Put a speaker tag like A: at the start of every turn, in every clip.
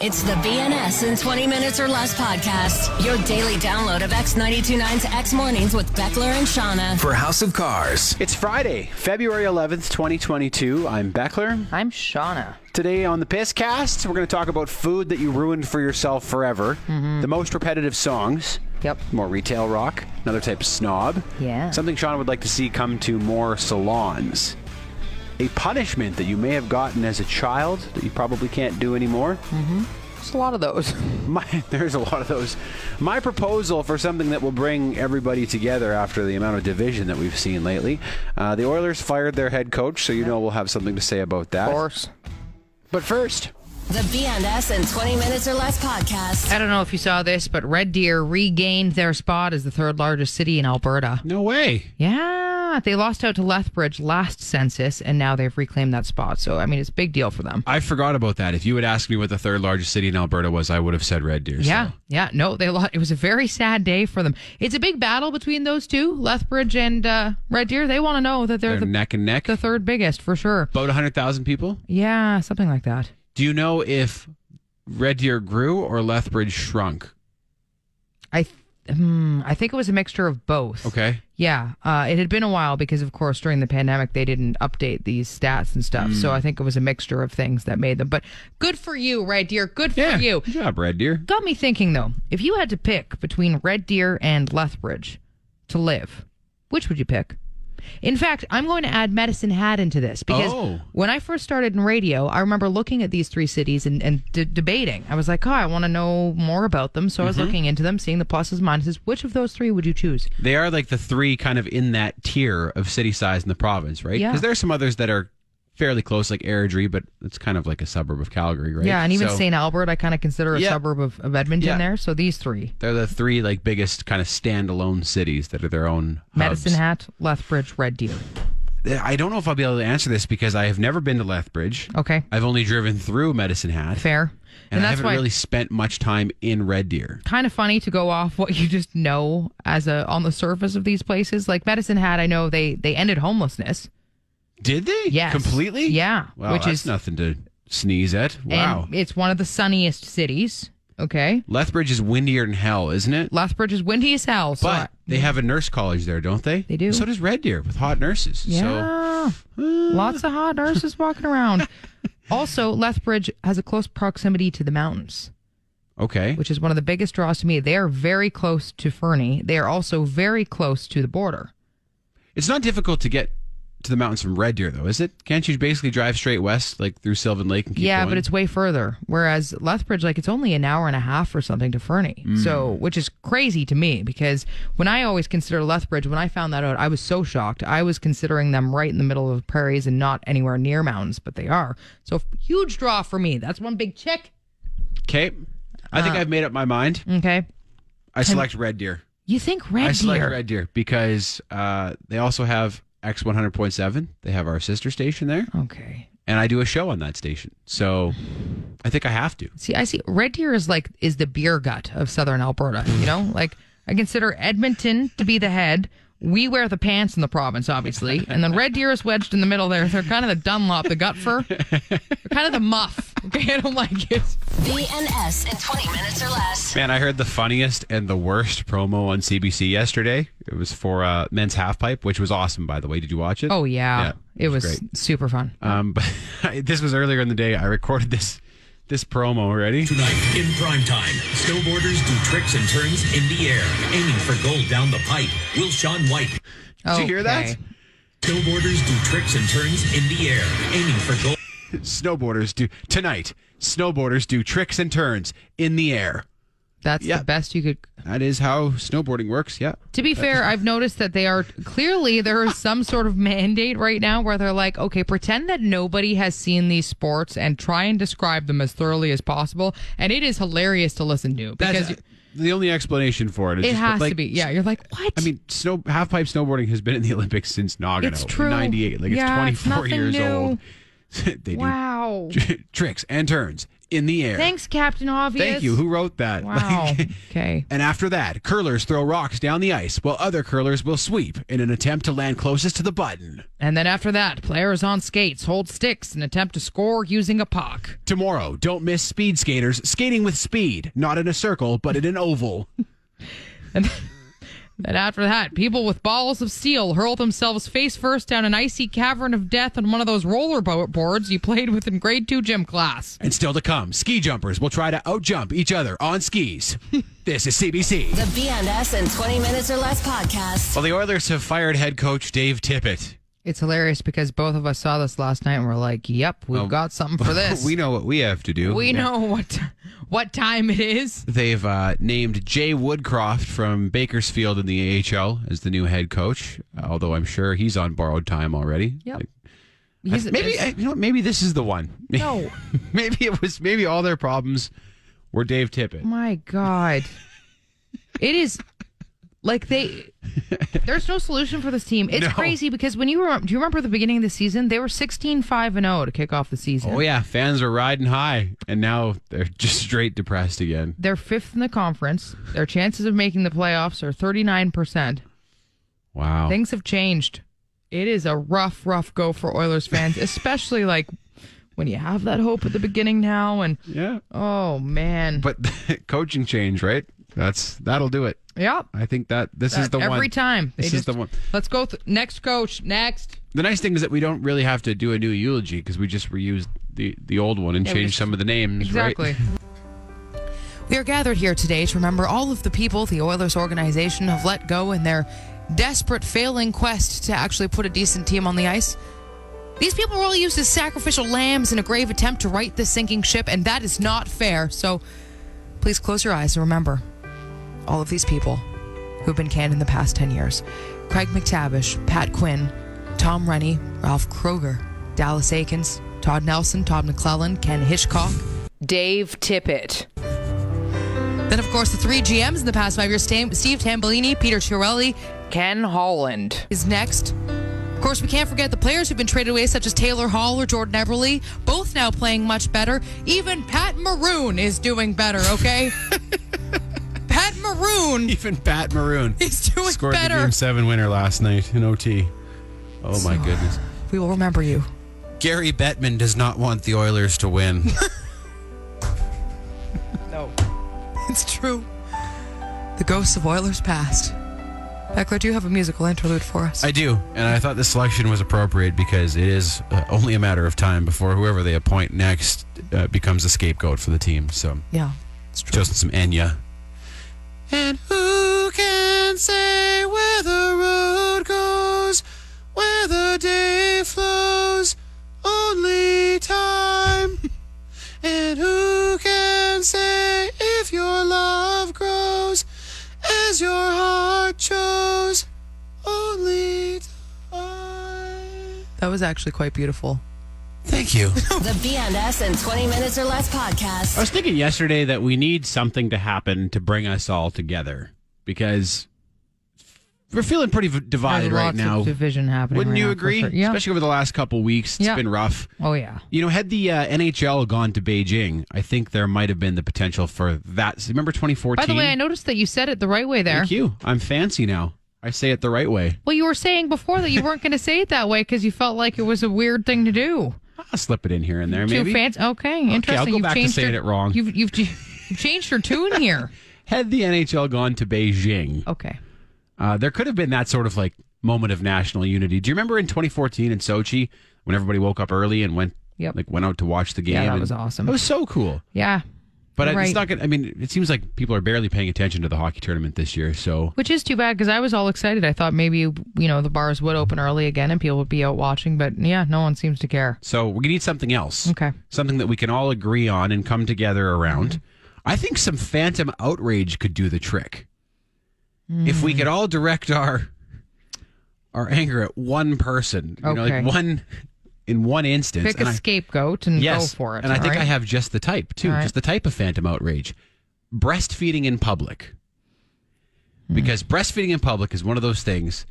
A: It's the BNS in 20 Minutes or Less podcast, your daily download of X929's X Mornings with Beckler and Shauna.
B: for House of Cars.
C: It's Friday, February 11th, 2022. I'm Beckler.
D: I'm Shauna.
C: Today on the Pisscast, we're going to talk about food that you ruined for yourself forever, the most repetitive songs,
D: Mm-hmm. Yep.
C: more retail rock, another type of snob.
D: Yeah.
C: Something Sean would like to see come to more salons. A punishment that you may have gotten as a child that you probably can't do anymore.
D: There's a lot of those.
C: My, there's a lot of those. My proposal for something that will bring everybody together after the amount of division that we've seen lately. Uh, the Oilers fired their head coach, so you know we'll have something to say about that. But first,
A: The BNS in 20 Minutes or Less podcast.
D: I don't know if you saw this, but Red Deer regained their spot as the third largest city in Alberta.
B: No way.
D: Yeah, they lost out to Lethbridge last census, and now they've reclaimed that spot. So, I mean, it's a big deal for them.
B: I forgot about that. If you had asked me what the third largest city in Alberta was, I would have said Red Deer. so-
D: Yeah, yeah. No, they lost. It was a very sad day for them. It's a big battle between those two, Lethbridge and uh, Red Deer. They want to know that they're,
B: They're
D: the,
B: neck and neck.
D: the third biggest for sure.
B: About 100,000 people.
D: Yeah, something like that.
B: Do you know if Red Deer grew or Lethbridge shrunk?
D: I, th- hmm, I think it was a mixture of both.
B: Okay.
D: Yeah, uh, it had been a while because, of course, during the pandemic, they didn't update these stats and stuff. So
B: Mm.
D: I think it was a mixture of things that made them. But good for you, Red Deer. Good for
B: Yeah.
D: you.
B: Good job, Red Deer.
D: Got me thinking, though, if you had to pick between Red Deer and Lethbridge to live, which would you pick? In fact, I'm going to add Medicine Hat into this because
B: Oh.
D: when I first started in radio, I remember looking at these three cities and, and d- debating. I was like, oh, I want to know more about them. So I was
B: Mm-hmm.
D: looking into them, seeing the pluses, minuses. Which of those three would you choose?
B: They are like the three kind of in that tier of city size in the province, right?
D: Yeah.
B: Because there are some others that are fairly close, like Airdrie, but it's kind of like a suburb of Calgary, right?
D: Yeah, and even
B: So
D: St. Albert, I kind of consider a
B: Yeah.
D: suburb of, of Edmonton
B: Yeah.
D: there. So these three
B: They're the three like biggest kind of standalone cities that are their own
D: Medicine
B: hubs.
D: Hat, Lethbridge, Red Deer.
B: I don't know if I'll be able to answer this because I have never been to Lethbridge.
D: Okay,
B: I've only driven through Medicine Hat.
D: Oh. fair.
B: And, I
D: that's
B: haven't
D: why
B: really spent much time in Red Deer.
D: kind of funny to go off what you just know as a on the surface of these places. Like Medicine Hat, I know they they ended homelessness.
B: Did they?
D: Yes.
B: Completely?
D: Yeah,
B: Wow,
D: which
B: that's
D: is-
B: nothing to sneeze at. Wow.
D: And it's one of the sunniest cities. Okay.
B: Lethbridge is windier than hell, isn't it?
D: Lethbridge is windy as hell. So I-
B: But they have a nurse college there, don't they?
D: They do.
B: So does Red Deer with hot nurses. So uh.
D: yeah. Lots of hot nurses walking around. also, Lethbridge has a close proximity to the mountains.
B: okay.
D: which is one of the biggest draws to me. They are very close to Fernie. They are also very close to the border.
B: It's not difficult to get to the mountains from Red Deer though, is it? Can't you basically drive straight west like through Sylvan Lake and keep
D: yeah,
B: going?
D: but it's way further. Whereas Lethbridge, like it's only an hour and a half or something to Fernie.
B: Mm.
D: So, which is crazy to me because when I always consider Lethbridge, when I found that out, I was so shocked. I was considering them right in the middle of prairies and not anywhere near mountains, but they are. So, huge draw for me. That's one big check.
B: Okay. I
D: Uh,
B: think I've made up my mind.
D: Okay.
B: I select Red Deer.
D: You think Red
B: I select
D: Deer?
B: Red Deer because uh, they also have X one hundred point seven. They have our sister station there,
D: Okay.
B: and I do a show on that station. So I think I have to.
D: See, I see Red Deer is like is the beer gut of southern Alberta, you know?
B: Mm.
D: Like I consider Edmonton to be the head. We wear the pants in the province, obviously. And then Red Deer is wedged in the middle there. They're kind of the Dunlop, the gut fur. They're kind of the muff. Okay, I don't like it.
A: BNS in 20 Minutes or Less.
B: Man, I heard the funniest and the worst promo on CBC yesterday. It was for uh, men's halfpipe, which was awesome, by the way. Did you watch it?
D: Oh yeah.
B: Yeah,
D: it was
B: great.
D: super fun.
B: Um, but I, this was earlier in the day. I recorded this this promo. Ready?
E: Tonight in primetime, snowboarders do tricks and turns in the air, aiming for gold down the pipe. Will Sean White.
D: Oh,
B: Did you hear that?
E: Snowboarders do tricks and turns in the air, aiming for gold.
B: Snowboarders do tonight. Snowboarders do tricks and turns in the air.
D: That's
B: Yeah.
D: the best you could
B: That is how snowboarding works. Yeah.
D: To be fair, I've noticed that they are clearly there is some sort of mandate right now where they're like, okay, pretend that nobody has seen these sports and try and describe them as thoroughly as possible. And it is hilarious to listen to because
B: That's the only explanation for it. It's
D: it
B: just,
D: has
B: like,
D: to be. Yeah, you're like, what?
B: I mean, snow halfpipe snowboarding has been in the Olympics since Nagano,
D: It's true.
B: 98. Like
D: Yeah,
B: it's
D: it's
B: 24
D: nothing
B: years
D: new.
B: old. they
D: wow.
B: do tricks and turns in the air.
D: Thanks, Captain Obvious.
B: Thank you. Who wrote that?
D: Wow.
B: Like-
D: okay.
B: And after that, curlers throw rocks down the ice while other curlers will sweep in an attempt to land closest to the button.
D: And then after that, players on skates hold sticks and attempt to score using a puck.
B: Tomorrow, don't miss speed skaters skating with speed, not in a circle, but in an oval.
D: Then after that, people with balls of steel hurl themselves face first down an icy cavern of death on one of those roller bo- boards you played with in grade two gym class.
B: And still to come, ski jumpers will try to outjump each other on skis. this is CBC.
A: The BNS in 20 minutes or less podcast.
B: Well, the Oilers have fired head coach Dave Tippett.
D: It's hilarious because both of us saw this last night and we're like, "Yep, we've got something for this."
B: Oh. We know what we have to do.
D: We know what t- what time it is.
B: They've uh, named Jay Woodcroft from Bakersfield in the AHL as the new head coach, although I'm sure he's on borrowed time already.
D: Yep.
B: Like,
D: He's,
B: maybe I- you know, maybe this is the one.
D: No.
B: maybe it was maybe all their problems were Dave Tippett.
D: My God. It is like they there's no solution for this team. It's
B: No.
D: crazy because when you remember do you remember the beginning of the season? They were 16-5 and 0 to kick off the season.
B: Oh yeah, fans were riding high, and now they're just straight depressed again.
D: They're fifth in the conference. Their chances of making the playoffs are 39%.
B: Wow.
D: Things have changed. It is a rough, rough go for Oilers fans, especially like when you have that hope at the beginning now. And
B: yeah,
D: oh, man.
B: but coaching change, right? That's that'll do it.
D: yep.
B: I think that this is
D: That-
B: the
D: every
B: one.
D: time. they
B: This is
D: just,
B: the one.
D: Let's go. Th- next coach. Next.
B: The nice thing is that we don't really have to do a new eulogy because we just reused the the old one and
D: we
B: changed
D: just-
B: some of the names.
D: Exactly.
B: Right?
D: We are gathered here today to remember all of the people the Oilers organization have let go in their desperate, failing quest to actually put a decent team on the ice. These people were all used as sacrificial lambs in a grave attempt to right this sinking ship, and that is not fair. So please close your eyes and remember all of these people who've been canned in the past 10 years Craig McTavish, Pat Quinn, Tom Rennie, Ralph Kroger, Dallas Aikens, Todd Nelson, Todd McClellan, Ken Hitchcock.
F: Dave Tippett.
D: Then, of course, the three GMs in the past five years Stam- Steve Tambellini, Peter Chiarelli
F: Ken Holland.
D: is next. Of course, we can't forget the players who've been traded away, such as Taylor Hall or Jordan Everly, both now playing much better. Even Pat Maroon is doing better, okay? Pat Maroon
B: Even Pat Maroon
D: is doing
B: scored the
D: better.
B: game seven winner last night in OT. Oh my goodness.
D: We will remember you.
B: Gary Bettman does not want the Oilers to win.
D: It's true. The ghosts of Oilers past. Beckler, do you have a musical interlude for us?
B: I do, and I thought this selection was appropriate because it is uh, only a matter of time before whoever they appoint next uh, becomes a scapegoat for the team. So,
D: yeah, it's true.
B: just some Enya. And who can say where the road goes, where the day flows? Only time. and who can say if your love grows as your heart shows? Only time.
D: that was actually quite beautiful.
B: Thank you.
A: The BNS in 20 minutes or less
B: I
A: podcast.
B: was thinking yesterday that we need something to happen to bring us all together because we're feeling pretty v- divided right now.
D: division happening.
B: Wouldn't you agree? Especially over the last couple weeks, it's
D: Yeah.
B: been rough.
D: oh yeah.
B: You know, had the uh, NHL gone to Beijing, I think there might have been the potential for that. Remember 2014?
D: By the way, I noticed that you said it the right way there.
B: Thank you. I'm fancy now. I say it the right way.
D: Well, you were saying before that you weren't going to say it that way because you felt like it was a weird thing to do.
B: I'll slip it in here and there,
D: Too
B: maybe.
D: fancy. Okay, interesting.
B: I'll go
D: you've
B: back to
D: changed
B: saying
D: your-
B: it wrong.
D: You've you've, you've changed your tune here.
B: had the NHL gone to Beijing,
D: Okay.
B: Uh, there could have been that sort of like moment of national unity. Do you remember in 2014 in Sochi when everybody woke up early and went
D: Yep.
B: like went out to watch the game?
D: Yeah, that
B: and-
D: was awesome.
B: It was so cool.
D: Yeah.
B: But
D: Right.
B: it's not gonna. I mean, it seems like people are barely paying attention to the hockey tournament this year. So
D: Which is too bad because I was all excited. I thought maybe you know the bars would open early again and people would be out watching, but yeah, no one seems to care.
B: so we need something else.
D: Okay. Mm-hmm.
B: Something that we can all agree on and come together around. I think some phantom outrage could do the trick. If
D: Mm.
B: we could all direct our our anger at one person, you know,
D: Okay.
B: like one in one instance.
D: Pick
B: and
D: a
B: I-
D: scapegoat and
B: yes.
D: go for it.
B: And I
D: all
B: think I
D: right?
B: have just the type too,
D: All right.
B: just the type of phantom outrage.
D: Hmm.
B: Breastfeeding in public. Because breastfeeding in public is one of those things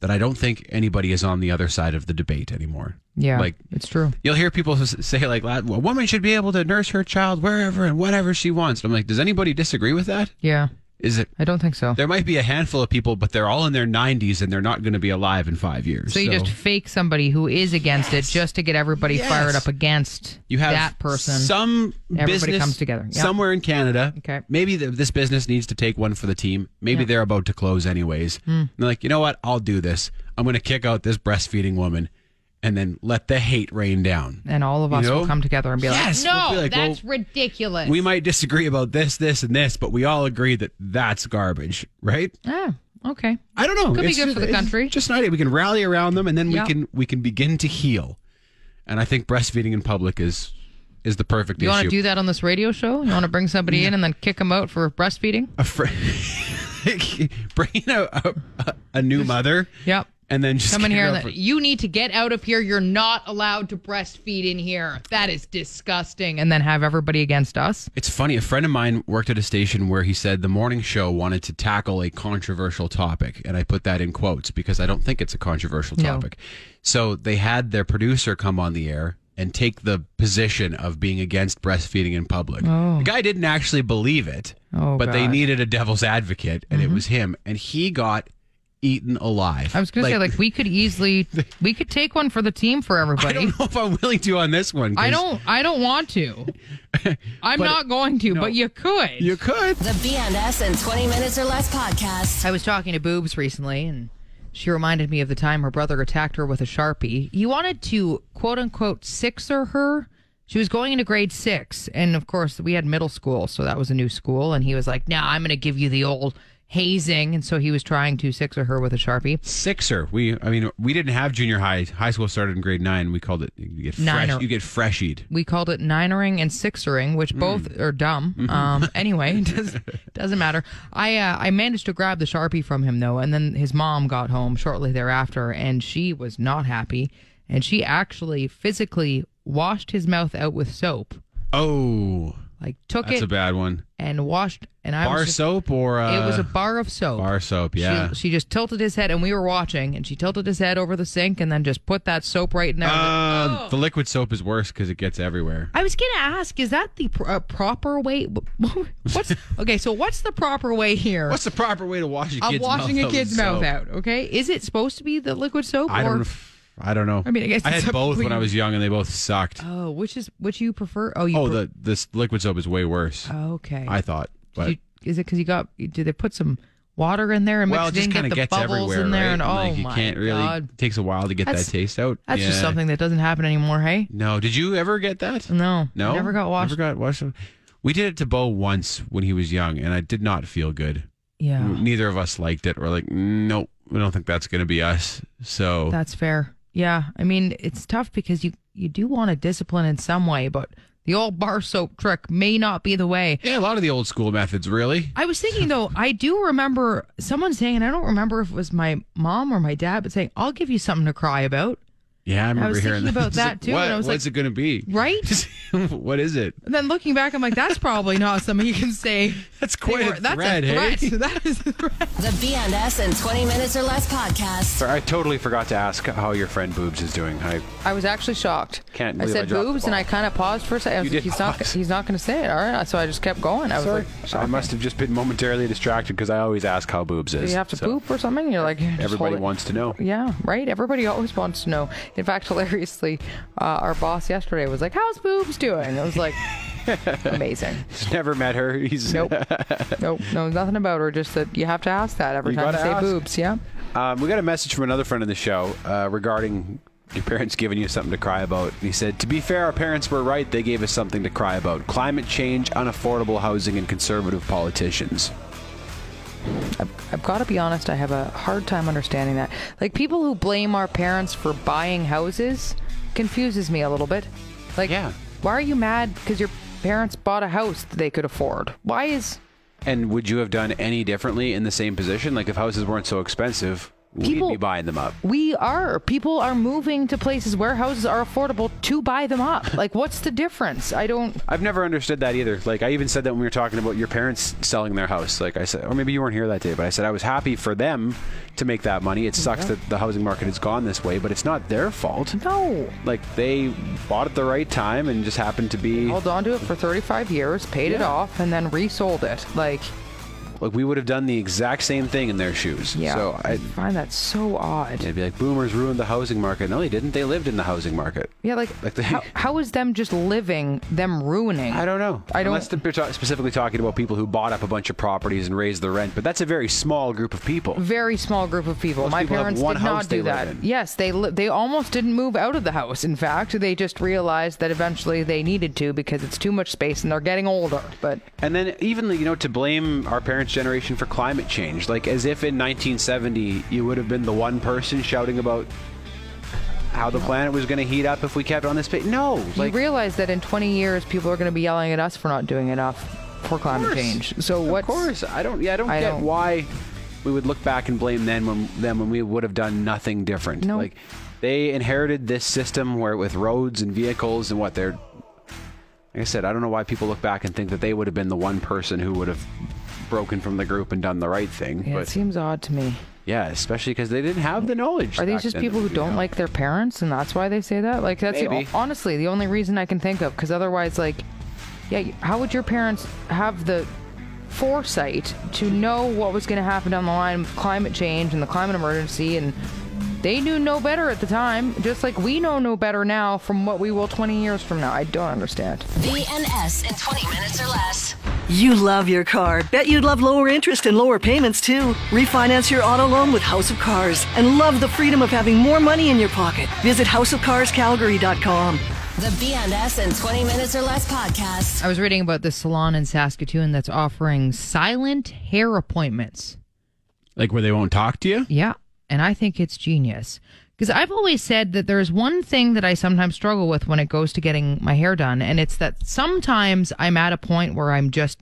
B: that I don't think anybody is on the other side of the debate anymore.
D: Yeah,
B: Like
D: it's true.
B: you'll hear people s- say like, "Well, "A woman should be able to nurse her child wherever and whatever she wants." And I'm like, does anybody disagree with that?
D: Yeah,
B: Is it?
D: I don't think so.
B: There might be a handful of people, but they're all in their 90s and they're not going to be alive in five years.
D: So you just fake somebody who is against it just to get everybody
B: Yes.
D: fired up against
B: you have
D: that person.
B: Some
D: Everybody
B: business
D: comes together. Yep.
B: somewhere in Canada.
D: Okay.
B: Maybe the, this business needs to take one for the team. Maybe they're about to close anyways.
D: Hmm.
B: And they're like, you know what? I'll do this. I'm going to kick out this breastfeeding woman, and then let the hate rain down.
D: and all of us
B: You know?
D: will come together and be
B: Yes,
D: like,
B: we'll
D: "No,
B: be like,
D: that's
B: well,
D: ridiculous."
B: We might disagree about this, this, and this, but we all agree that that's garbage, right?
D: Ah, okay.
B: I don't know.
D: Could be
B: It's
D: good
B: just-
D: for the
B: it's
D: country.
B: Just an idea. We can rally around them, and then
D: Yeah.
B: we can we can begin to heal. And I think breastfeeding in public is is the perfect
D: You want
B: issue.
D: to do that on this radio show? You want to bring somebody in and then kick them out for breastfeeding?
B: a fr- bringing a, a a new mother.
D: Yep.
B: And then just
D: Come in
B: kick
D: here.
B: her
D: And
B: out for-
D: let- you need to get out of here. You're not allowed to breastfeed in here. That is disgusting. And then have everybody against us.
B: It's funny. A friend of mine worked at a station where he said the morning show wanted to tackle a controversial topic, and I put that in quotes because I don't think it's a controversial
D: No.
B: topic. So they had their producer come on the air and take the position of being against breastfeeding in public. The guy didn't actually believe it,
D: Oh,
B: but they
D: God. Mm-hmm.
B: needed a devil's advocate, and it was him, and he got eaten alive.
D: I was going to say, like, we could easily, we could take one for the team for
B: I
D: everybody.
B: don't know if I'm willing to on this one. 'cause
D: I don't. I don't want to. I'm not going to. But you could.
B: You could.
A: The BNS in 20 Minutes or Less podcast.
D: I was talking to Boobs recently, and she reminded me of the time her brother attacked her with a sharpie. He wanted to quote unquote sixer her. She was going into grade six, and of course we had middle school, so that was a new school. And he was like, "Now I'm going to give you the old hazing," and so he was trying to sixer her with a sharpie.
B: sixer. We, I mean, we didn't have junior high. High school started in grade nine. We called it you get fresh,
D: Niner.
B: you get freshied.
D: we called it ninering and sixering, which
B: Hmm.
D: both are
B: Mm-hmm.
D: dumb. Um, anyway, it does, doesn't matter. I uh, I managed to grab the sharpie from him though, and then his mom got home shortly thereafter, and she was not happy, and she actually physically washed his mouth out with soap,
B: Oh,
D: like took
B: that's
D: it
B: a bad one.
D: and washed. And I
B: Bar
D: was just-
B: soap or uh,
D: it was a bar of soap.
B: bar soap.
D: She-
B: Yeah.
D: She, just tilted his head, and we were watching, and she tilted his head over the sink, and then just put that soap right in there.
B: Uh,
D: Oh.
B: The liquid soap is worse because it gets everywhere.
D: I was going to ask, is that the pr- uh, proper way? What's okay? So what's the proper way here
B: What's the proper way to wash a
D: of
B: kid's
D: washing
B: mouth out
D: a
B: with
D: kid's mouth
B: soap?
D: out? Okay, is it supposed to be the liquid soap?
B: I
D: or,
B: don't. f- I don't know.
D: I mean, I guess
B: I
D: it's
B: had
D: up
B: both
D: to
B: when I
D: you.
B: was young, and they both sucked.
D: Oh, which is which you prefer? Oh, you.
B: oh,
D: pre-
B: the this liquid soap is way worse.
D: okay.
B: I thought, but
D: Did Uh, you, is it because you got? Did they put some water in there and
B: well, it
D: mix it
B: just
D: in,
B: kind
D: get
B: of
D: the
B: gets
D: bubbles
B: everywhere,
D: in there?
B: right?
D: And oh
B: like, you
D: my
B: can't really.
D: god,
B: Takes a while to get
D: That's-
B: that taste out.
D: that's just
B: Yeah.
D: something that doesn't happen anymore. Hey,
B: No, did you ever get that?
D: no,
B: No,
D: never got washed.
B: Never got washed. We did it to Bo once when he was young, and I did not feel good.
D: yeah,
B: Neither of us liked it. We're like, nope, we don't think that's going to be us. So
D: That's fair. Yeah, I mean it's tough because you you do want to discipline in some way, but the old bar soap trick may not be the way.
B: yeah, a lot of the old school methods, really.
D: I was thinking though, I do remember someone saying, and I don't remember if it was my mom or my dad, but saying, "I'll give you something to cry about."
B: Yeah, I remember
D: was
B: hearing
D: thinking
B: that.
D: about
B: It's
D: that
B: like,
D: too,
B: What,
D: and I was
B: what's
D: like-
B: it going to be?
D: Right?
B: what is it?
D: And then looking back, I'm like, that's probably not something you can say.
B: That's quite a
D: that's
B: threat,
D: a
B: hey?
C: eh?"
D: threat. That is a threat.
A: The BNS in 20 Minutes or Less podcast.
C: Sorry, I totally forgot to ask how your friend Boobs is doing. I,
F: I was actually shocked.
C: Can't
F: I
C: believe I
F: said
C: dropped the
F: boobs, and
C: ball.
F: I kind of paused for a second. I was
C: You
F: like,
C: did
F: he's not.
C: pause.
F: He's not going to say it. All right. So I just kept going. I was
C: sorry.
F: like,
C: I
F: shocking.
C: must have just been momentarily distracted because I always ask how Boobs is.
F: you have to
C: So
F: poop or something. You're like, just
C: Everybody
F: hold it.
C: wants to know.
F: Yeah, right. Everybody always wants to know. In fact, hilariously, uh, our boss yesterday was like, "How's boobs doing?" I was like, "Amazing."
C: He's never met her. He's
F: Nope. nope. No, nothing about her. Just that you have to ask that every
C: You
F: time you
C: gotta
F: say
C: ask.
F: boobs. Yeah.
C: Um, we got a message from another friend of the show uh, regarding your parents giving you something to cry about. He said, To be fair, our parents were right. They gave us something to cry about climate change, unaffordable housing, and conservative politicians.
F: I've got to be honest, I have a hard time understanding that. Like, people who blame our parents for buying houses confuses me a little bit. Like,
C: Yeah.
F: why are you mad because your parents bought a house that they could afford? Why is.
C: And would you have done any differently in the same position? Like, if houses weren't so expensive,
F: People-
C: We'd be buying them up.
F: We are. People are moving to places where houses are affordable to buy them up. Like, what's the difference? I don't.
C: I've never understood that either. Like I even said that when we were talking about your parents selling their house. Like I said, or maybe you weren't here that day, but I said I was happy for them to make that money. It sucks that the housing market has gone this way, but it's not their fault.
F: No.
C: Like they bought at the right time and just happened to be
F: Held on to it for 35 years, paid it off, and then resold it. Like,
C: like we would have done the exact same thing in their shoes.
F: yeah.
C: So
F: I
C: I,
F: find that so odd.
C: it'd be like boomers ruined the housing market. No, they didn't. They lived in the housing market.
F: Yeah, like,
C: Like they-
F: how, how is them just living, them ruining?
C: I don't know.
F: I don't-
C: Unless they're ta- specifically talking about people who bought up a bunch of properties and raised the rent, but that's a very small group of people.
F: Very small group of people.
C: Most
F: My
C: people have
F: parents
C: one
F: did
C: house
F: not
C: they
F: do
C: live
F: that.
C: in.
F: Yes, they li- they almost didn't move out of the house. In fact, they just realized that eventually they needed to because it's too much space and they're getting older. But
C: And then even you know to blame our parents' generation for climate change, like as if in 1970 you would have been the one person shouting about how the planet was going to heat up if we kept on this pace. No, like
F: you realize that in 20 years, people are going to be yelling at us for not doing enough for climate
C: course.
F: change. So
C: of
F: what's
C: course I don't. Yeah, I don't
F: I
C: get
F: don't-
C: why we would look back and blame them when them when we would have done nothing different.
F: No.
C: Like they inherited this system where with roads and vehicles and what they're. Like I said, I don't know why people look back and think that they would have been the one person who would have broken from the group and done the right thing.
F: Yeah,
C: but
F: it seems odd to me.
C: Yeah, especially because they didn't have the knowledge.
F: Are
C: back
F: these just
C: then
F: people
C: that
F: who
C: we
F: don't
C: have.
F: like their parents and that's why they say that? Like that's the,
C: Maybe.
F: honestly the only reason I can think of because otherwise, like, yeah, how would your parents have the foresight to know what was going to happen down the line with climate change and the climate emergency and they knew no better at the time, just like we know no better now from what we will 20 years from now. I don't understand.
A: VNS in 20 minutes or less.
G: You love your car. Bet you'd love lower interest and lower payments too. Refinance your auto loan with House of Cars and love the freedom of having more money in your pocket. Visit houseofcarscalgary.com.
A: The VNS in 20 minutes or less podcast.
D: I was reading about this salon in Saskatoon that's offering silent hair appointments.
B: Like where they won't talk to you?
D: Yeah. And I think it's genius. Because I've always said that there's one thing that I sometimes struggle with when it goes to getting my hair done. And it's that sometimes I'm at a point where I'm just,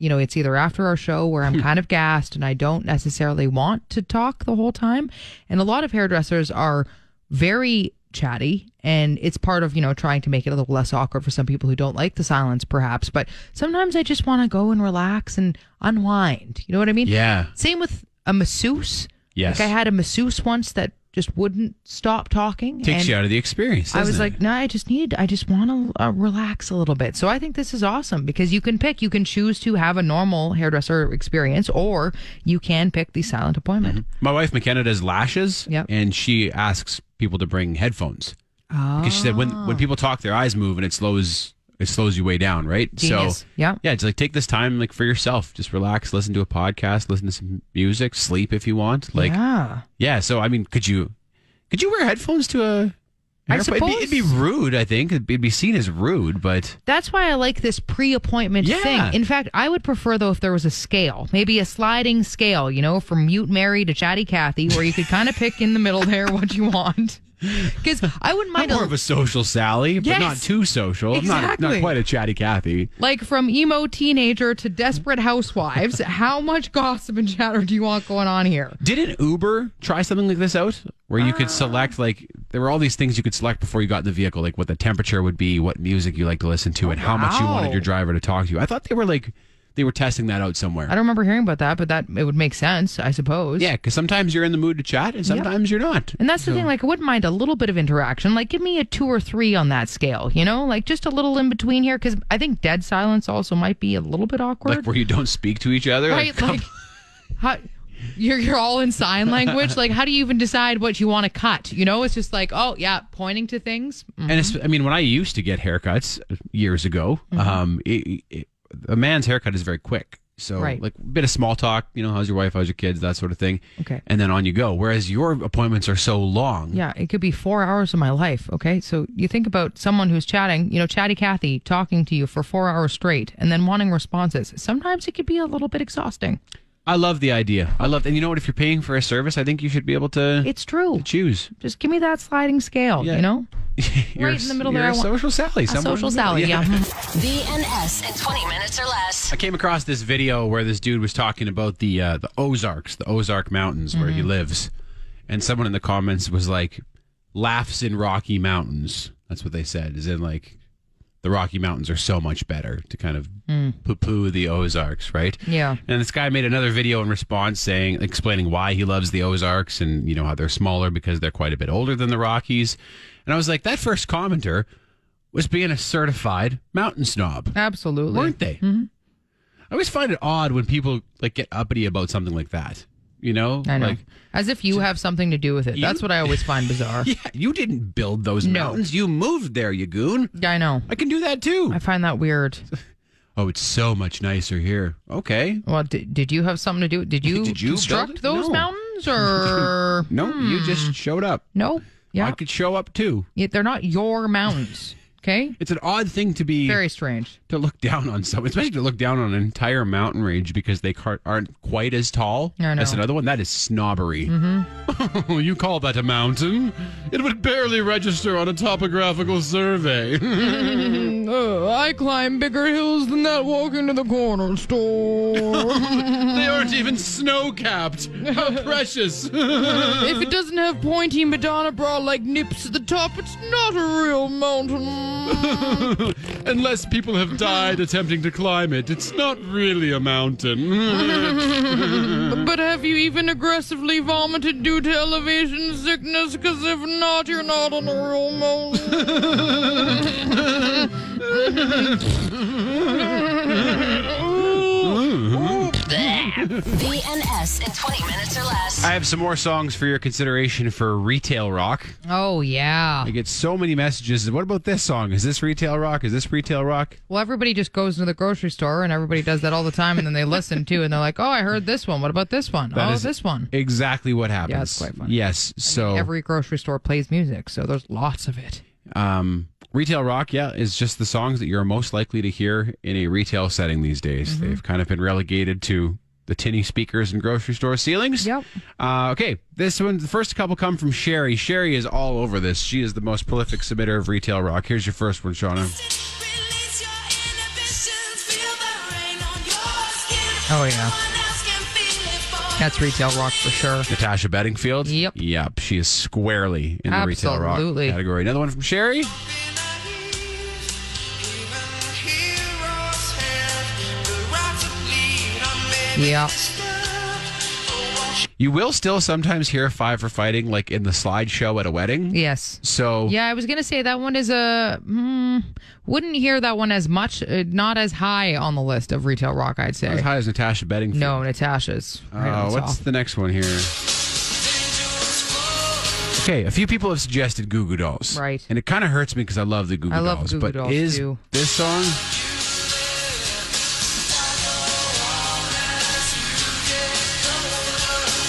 D: you know, it's either after our show where
B: Hmm.
D: I'm kind of gassed and I don't necessarily want to talk the whole time. And a lot of hairdressers are very chatty and it's part of you know trying to make it a little less awkward for some people who don't like the silence perhaps but sometimes i just want to go and relax and unwind you know what i mean
B: Yeah.
D: same with a masseuse.
B: Yes.
D: Like I had a masseuse once that just wouldn't stop talking.
B: Takes
D: and
B: you out of the experience.
D: I
B: doesn't
D: was
B: it?
D: like, no, I just need, I just want to uh, relax a little bit. So I think this is awesome because you can pick, you can choose to have a normal hairdresser experience or you can pick the silent appointment.
B: My wife McKenna does lashes,
D: Yep.
B: and she asks people to bring headphones
D: Ah,
B: because she said when when people talk, their eyes move, and it slows it slows you way down, right?
D: Genius.
B: So
D: Yeah.
B: yeah, it's like take this time like for yourself, just relax, listen to a podcast, listen to some music, sleep if you want, like yeah.
D: yeah.
B: so I mean, could you could you wear headphones to a
D: I
B: hair- it'd, be, it'd be
D: suppose.
B: rude, I think. It'd be- it'd be seen as rude, but
D: That's why I like this pre-appointment
B: Yeah.
D: thing. In fact, I would prefer though if there was a scale, maybe a sliding scale, you know, from mute Mary to chatty Kathy, where you could kind of pick in the middle there what you want. Because I wouldn't
B: I'm
D: mind
B: more
D: a,
B: of a social Sally, but not
D: Yes.
B: too social. I'm not
D: Exactly.
B: not quite a chatty Cathy.
D: like from emo teenager to desperate housewives. how much gossip and chatter do you want going on here?
B: Didn't Uber try something like this out where you could
D: Um.
B: select like there were all these things you could select before you got in the vehicle, like what the temperature would be, what music you like to listen to, and how much you wanted
D: wow.
B: your driver to talk to you. I thought they were like they were testing that out
D: I
B: somewhere.
D: don't remember hearing about that, but that it would make sense, I suppose.
B: Yeah, because sometimes you're in the mood to chat and sometimes you're not.
D: And that's the thing, like, I wouldn't mind a little bit of interaction. Like, give me a two or three on that scale, you know? Like, just a little in between here, because I think dead silence also might be a little bit awkward.
B: Like where you don't speak to each other.
D: right?
B: come-
D: Like, how, you're, you're all in sign language. like, how do you even decide what you want to cut? You know, it's just like, oh, yeah, pointing to things. Mm.
B: And it's,
D: Mm-hmm.
B: I mean, when I used to get haircuts years ago, um, it, it, a man's haircut is very quick. So,
D: Right.
B: like a bit of small talk, you know, how's your wife, how's your kids, that sort of thing.
D: Okay.
B: And then on you go. Whereas your appointments are so long.
D: Yeah, it could be four hours of my life. Okay. So you think about someone who's chatting, you know, chatty Kathy talking to you for four hours straight and then wanting responses. Sometimes it could be a little bit exhausting.
B: I love the idea. I love, and you know what? If you're paying for a service, I think you should be able to,
D: It's true.
B: to choose.
D: Just give me that sliding scale,
B: Yeah.
D: you know?
B: You're,
D: in the middle
B: you're
D: there, I
B: A
D: want-
B: social Sally.
D: A
B: somewhere in
D: social
B: the middle.
D: salad. Yeah.
A: VNS in 20 minutes or less.
B: I came across this video where this dude was talking about the uh, the Ozarks, the Ozark Mountains where he lives, And someone in the comments was like, laughs in Rocky Mountains. That's what they said, is in like, the Rocky Mountains are so much better to kind of poo poo the Ozarks, right?
D: Yeah.
B: And this guy made another video in response saying, explaining why he loves the Ozarks and, you know, how they're smaller because they're quite a bit older than the Rockies. And I was like, that first commenter was being a certified mountain snob
D: Absolutely.
B: weren't they?
D: Mm-hmm.
B: I always find it odd when people like get uppity about something like that. You know,
D: I know.
B: like
D: As if you have something to do with it.
B: You-
D: That's what I always find bizarre.
B: yeah, you didn't build those
D: No.
B: mountains. You moved there, you goon.
D: Yeah, I know.
B: I can do that too.
D: I find that weird.
B: oh, it's so much nicer here. Okay,
D: Well, did, did you have something to do? Did you,
B: Did you build it?
D: construct those
B: No.
D: mountains or
B: no, you just showed up.
D: no?
B: I
D: Hmm. Yeah,
B: could show up too.
D: Yeah, they're not your mountains. Okay,
B: It's an odd thing to be
D: very strange.
B: to look down on someone, especially to look down on an entire mountain range because they car- aren't quite as tall.
D: I know. Mm-hmm.
B: That's another one. That is snobbery. you call that a mountain? It would barely register on a topographical survey.
D: Uh, I climb bigger hills than that walking to the corner store.
B: they aren't even snow capped. How precious.
D: if it doesn't have pointy Madonna bra like nips at the top, it's not a real mountain.
B: Unless people have died attempting to climb it, it's not really a mountain.
D: But have you even aggressively vomited due to elevation sickness? Because if not, you're not on a real mountain.
A: BNS in 20 minutes or less.
B: I have some more songs for your consideration for retail rock.
D: Oh, yeah.
B: I get so many messages. What about this song? Is this retail rock? Is this retail rock?
D: Well, everybody just goes into the grocery store and everybody does that all the time. And then they listen too and they're like, oh, I heard this one. What about this one?
B: That
D: oh,
B: is Oh.
D: this one.
B: Exactly what happens.
D: Yeah, it's quite funny.
B: Yes. So
D: Every grocery store plays music, so there's lots of it.
B: um, retail rock, yeah, is just the songs that you're most likely to hear in a retail setting these days.
D: Mm-hmm.
B: They've kind of been relegated to the tinny speakers and grocery store ceilings.
D: Yep.
B: Uh, okay. This one, the first couple come from Sherry. Sherry is all over this. She is the most prolific submitter of retail rock. Here's your first one, Shauna.
H: Release your inhibitions, feel the rain on your skin.
D: Oh, yeah.
H: No one else can feel it for
D: That's retail rock for sure.
B: Natasha Bedingfield.
D: Yep.
B: Yep. She is squarely in the retail
D: Absolutely.
B: rock category. Another one from Sherry.
H: Even the heroes have the right to bleed. I may be
D: Yeah.
H: disturbed, but what
B: You will still sometimes hear five for fighting, like in the slideshow at a wedding.
D: Yes.
B: So
D: Yeah, I was gonna say that one is a mm, wouldn't hear that one as much, uh, not as high on the list of retail rock. I'd
B: As
D: say
B: high as Natasha Bedingfield.
D: no, Natasha's. Right
B: Uh,
D: on
B: what's
D: top.
B: the next one here? Okay, a few people have suggested Goo Goo Dolls.
D: Right.
B: And it kind of hurts me because I love the Goo Goo
D: I love
B: Dolls.
D: Goo Goo
B: but
D: Dolls,
B: is
D: too.
B: this song?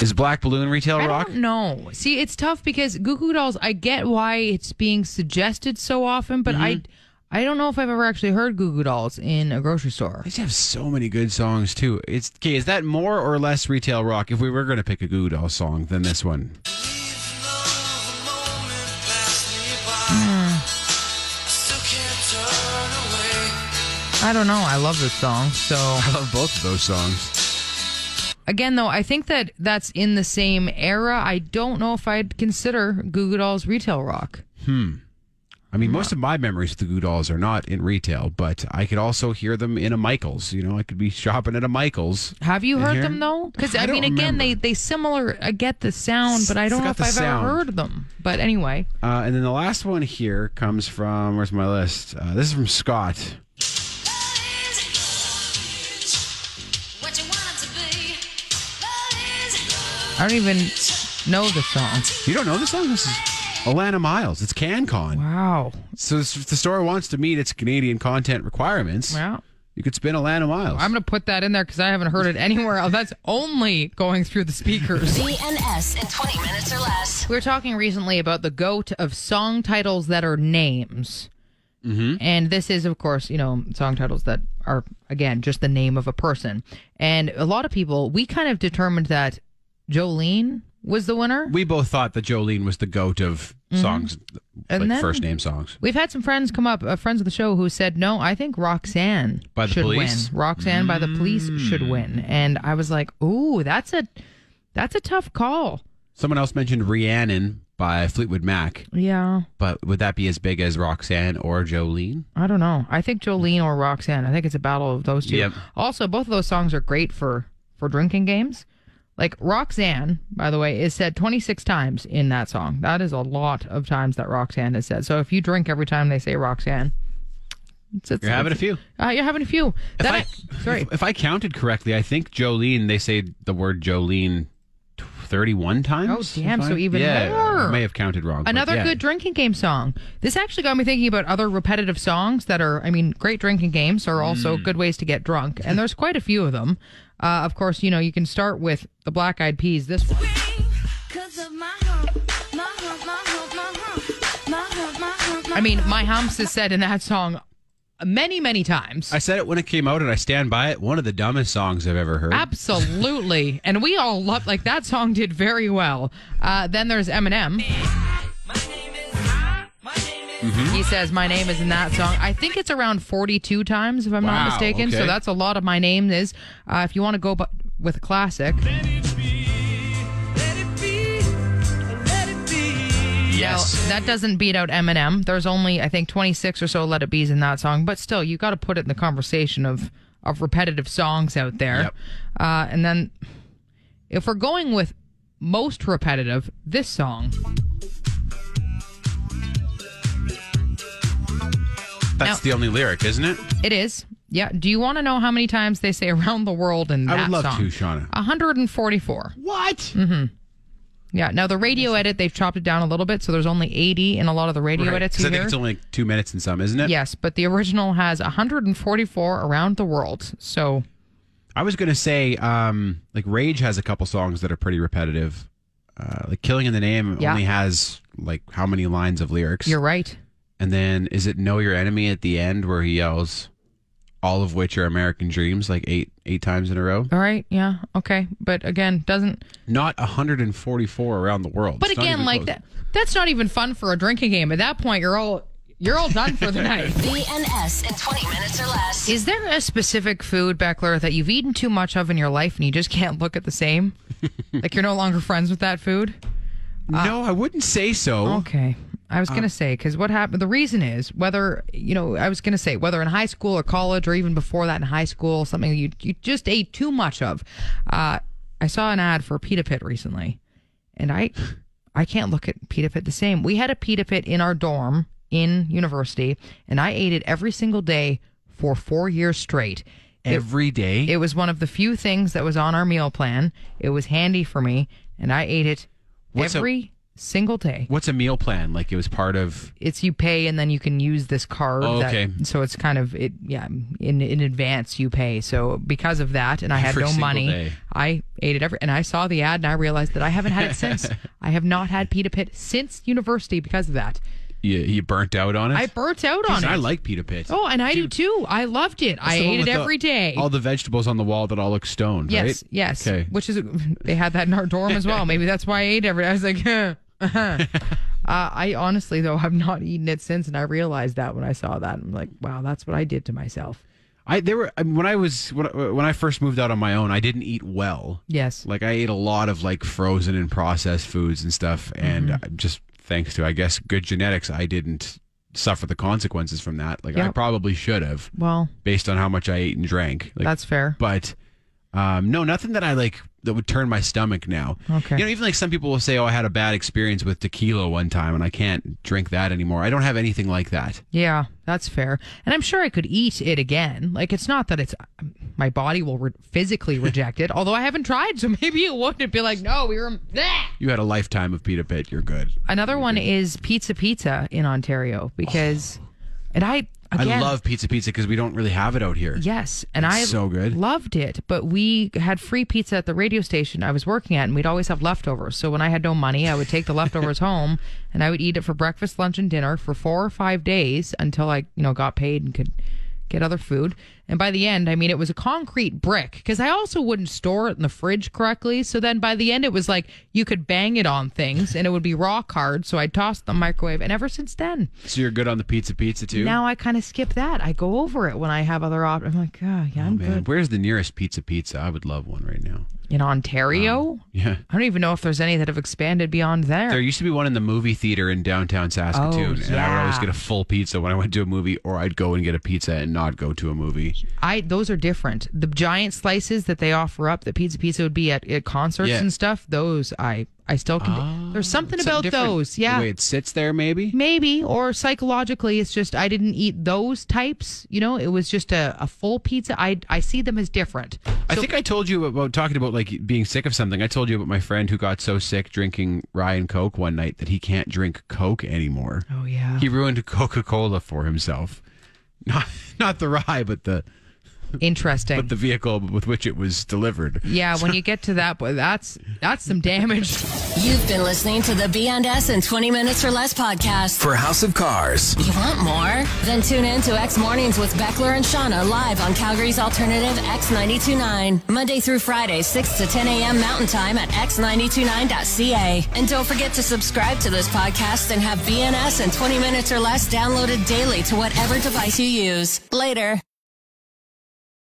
B: Is Black Balloon retail
D: I
B: rock?
D: don't know. See, it's tough because Goo Goo Dolls. I get why it's being suggested so often, but I,
B: Mm-hmm.
D: I don't know if I've ever actually heard Goo Goo Dolls in a grocery store.
B: They have so many good songs too. It's okay. Is that more or less retail rock? If we were going to pick a Goo Goo Dolls song, than this one.
H: love a moment passed me by. I still can't turn away.
D: Hmm. I don't know. I love this song. So
B: I love both of those songs.
D: again, though, I think that that's in the same era. I don't know if I'd consider Goo Goo Dolls retail rock.
B: I mean, most of my memories of the Goo Goo Dolls are not in retail, but I could also hear them in a Michaels. You know, I could be shopping at a Michaels.
D: Have you heard
B: here?
D: them though? Because I,
B: I don't
D: mean, again,
B: remember.
D: they they similar. I get the sound, but I
B: It's
D: don't know
B: got
D: if
B: the
D: I've
B: sound.
D: ever heard them. But anyway,
B: Uh, and then the last one here comes from where's my list? Uh, this is from Scott.
H: What you want to be.
D: I don't even know the song.
B: You don't know this song? This is Alana Miles. It's CanCon.
D: Wow.
B: So this- if the store wants to meet its Canadian content requirements,
D: Well,
B: you could spin Alana Miles.
D: I'm gonna put that in there because I haven't heard it anywhere else. That's only going through the speakers.
A: BNS in 20 minutes or less.
D: We were talking recently about the goat of song titles that are names. Mm-hmm. And this is, of course, you know, song titles that are, again, just the name of a person. And a lot of people, we kind of determined that Jolene was the winner.
B: we both thought that Jolene was the goat of songs,
D: Mm-hmm. And
B: like
D: then-
B: first name songs.
D: We've had some friends come up, uh, friends of the show, who said, "No, I think Roxanne
B: By the
D: should
B: Police? Mm.
D: win. Roxanne by the Police should win." And I was like, "Ooh, that's a that's a tough call."
B: Someone else mentioned Rhiannon by Fleetwood Mac,
D: Yeah.
B: but would that be as big as Roxanne or Jolene?
D: I don't know. I think Jolene or Roxanne. I think it's a battle of those two.
B: Yep.
D: Also, both of those songs are great for for drinking games. Like Roxanne, by the way, is said 26 times in that song. That is a lot of times that Roxanne is said. So if you drink every time they say Roxanne, it's, it's,
B: You're having a few.
D: uh, you're having a few. That I- sorry.
B: If, if I counted correctly, I think Jolene, they say the word Jolene t- 31 times.
D: Oh, damn,
B: if I-
D: so even
B: yeah,
D: more.
B: I may have counted wrong. but
D: Another
B: yeah.
D: good drinking game song. This actually got me thinking about other repetitive songs that are, I mean, great drinking games are also
B: Mm.
D: good ways to get drunk, and there's quite a few of them. Uh, of course, you know you can start with the Black Eyed Peas. This one. I mean, my humps is said in that song many, many times.
B: I said it when it came out, and I stand by it. One of the dumbest songs I've ever heard.
D: Absolutely, and we all love like that song did very well. Uh, then there's Eminem.
B: Mm-hmm.
D: He says, My name is in that song. I think it's around 42 times, if I'm
B: Wow,
D: not mistaken. So
B: okay.
D: that's a lot of my name is. Uh, if you want to go bu- with a classic,
B: yes.
D: now, that doesn't beat out Eminem. There's only, I think, 26 or so Let It Be's in that song. But still, you got to put it in the conversation of, of repetitive songs out there.
B: Yep.
D: Uh, and then if we're going with most repetitive, this song.
B: That's the only lyric, isn't it?
D: It is. Yeah. Do you want to know how many times they say around the world in
B: I
D: that
B: would love
D: song?
B: to, Shauna.
D: 144.
B: What?
D: Mm-hmm. Yeah. Now the radio edit they've chopped it down a little bit, so there's only 80 in a lot of the radio
B: Right.
D: edits
B: 'Cause
D: you
B: I think
D: hear.
B: it's only like two minutes and some, isn't it?
D: yes, but the original has 144 around the world. So
B: I was gonna say, um, like Rage has a couple songs that are pretty repetitive. Uh, like Killing in the Name
D: Yeah.
B: only has like how many lines of lyrics?
D: you're right.
B: And then is it Know Your Enemy at the end where he yells, all of which are American Dreams, like eight eight times in a row?
D: All right. Yeah. Okay. But again, doesn't.
B: Not 144 around the world.
D: But
B: It's not
D: again,
B: even
D: like
B: close.
D: that. That's not even fun for a drinking game. At that point, you're all you're all done for the night.
A: B and S in 20 minutes or less.
D: Is there a specific food, Beckler, that you've eaten too much of in your life and you just can't look at the same? like you're no longer friends with that food? uh,
B: No, I wouldn't say so.
D: Okay. I was going to say, because what happened, the reason is whether, you know, I was going to say, whether in high school or college or even before that in high school, something you, you just ate too much of. Uh, I saw an ad for Pita Pit recently, and I, I can't look at Pita Pit the same. We had a Pita Pit in our dorm in university, and I ate it every single day for four years straight. It-
B: Every day.
D: it was one of the few things that was on our meal plan. It was handy for me, and I ate it
B: What's a-
D: every single day.
B: What's a meal plan? Like it was part of.
D: It's you pay, and then you can use this card.
B: Oh,
D: that-
B: okay.
D: so it's kind of it. Yeah, in in advance you pay. So because of that, and I had
B: Every
D: no
B: single
D: money,
B: day.
D: I ate it every. And I saw the ad, and I realized that I haven't had it since. I have not had Pita Pit since university because of that.
B: You, you burnt out on it.
D: I burnt out on
B: Jeez, I
D: it.
B: like pita pit.
D: oh, and I do too. I loved it. I
B: It's the one
D: ate it
B: with the-
D: every day.
B: All the vegetables on the wall that all look stoned.
D: Yes,
B: right?
D: yes.
B: Okay.
D: Which is they had that in our dorm as well. Maybe that's why I ate every. I was like, uh, I honestly though have not eaten it since, and I realized that when I saw that, I'm like, wow, that's what I did to myself.
B: I there were I mean, when I was when I, when I first moved out on my own, I didn't eat well.
D: Yes.
B: Like I ate a lot of like frozen and processed foods and stuff, and
D: Mm-hmm.
B: uh, just thanks to I guess good genetics, I didn't suffer the consequences from that. Like I
D: Yep.
B: probably should have,
D: Well,
B: based on how much I ate and drank. Like,
D: that's fair.
B: but um, no, nothing that I like that would turn my stomach now.
D: Okay.
B: You know, even like some people will say, "Oh, I had a bad experience with tequila one time, and I can't drink that anymore." I don't have anything like that.
D: Yeah, that's fair. And I'm sure I could eat it again. Like it's not that it's um, my body will re- physically reject it, although I haven't tried, so maybe it wouldn't It'd be like, no, we were. Bleh!
B: You had a lifetime of pita pit. You're good.
D: Another one is Pizza Pizza in Ontario because, and I again,
B: Oh. I love pizza pizza because we don't really have it out here.
D: Yes, and
B: It's
D: I
B: so good.
D: loved it. But we had free pizza at the radio station I was working at, and we'd always have leftovers. So when I had no money, I would take the leftovers home, and I would eat it for breakfast, lunch, and dinner for four or five days until I, you know, got paid and could get other food. And by the end, I mean, it was a concrete brick because I also wouldn't store it in the fridge correctly. So then by the end, it was like you could bang it on things and it would be rock hard. So I tossed the microwave. And ever since then,
B: So you're good on the pizza pizza too.
D: now I kind of skip that. I go over it when I have other options. I'm like, oh, yeah,
B: Man,
D: I'm good.
B: where's the nearest pizza pizza? I would love one right now.
D: In Ontario,
B: Yeah.
D: I don't even know if there's any that have expanded beyond there.
B: Um, There used to be one in the movie theater in downtown Saskatoon,
D: Oh,
B: and I would
D: yeah.
B: always get a full pizza when I went to a movie, or I'd go and get a pizza and not go to a movie.
D: I those are different. The giant slices that they offer up that Pizza Pizza would be at, at concerts
B: Yeah. Ah,
D: and stuff. Those I I still can. there's something, about
B: Something different.
D: those. Yeah. Mm-hmm.
B: the way it sits there, maybe.
D: Maybe, or psychologically, it's just I didn't eat those types. You know, it was just a, a full pizza. I I see them as different.
B: I think I told you about talking about like being sick of something. I told you about my friend who got so sick drinking rye and coke one night that he can't drink coke anymore.
D: Oh yeah,
B: He ruined Coca Cola for himself. Not not the rye, but the
D: interesting.
B: but the vehicle with which it was delivered.
D: yeah, when you get to that, boy, that's that's some damage.
A: You've been listening to the BNS in 20 Minutes or Less podcast.
E: For House of Cars.
A: You want more? Then tune in to X Mornings with Beckler and Shauna live on Calgary's alternative X929. Monday through Friday, 6 to 10 a.m. Mountain Time at x929.ca. And don't forget to subscribe to this podcast and have BNS in 20 minutes or less downloaded daily to whatever device you use. Later.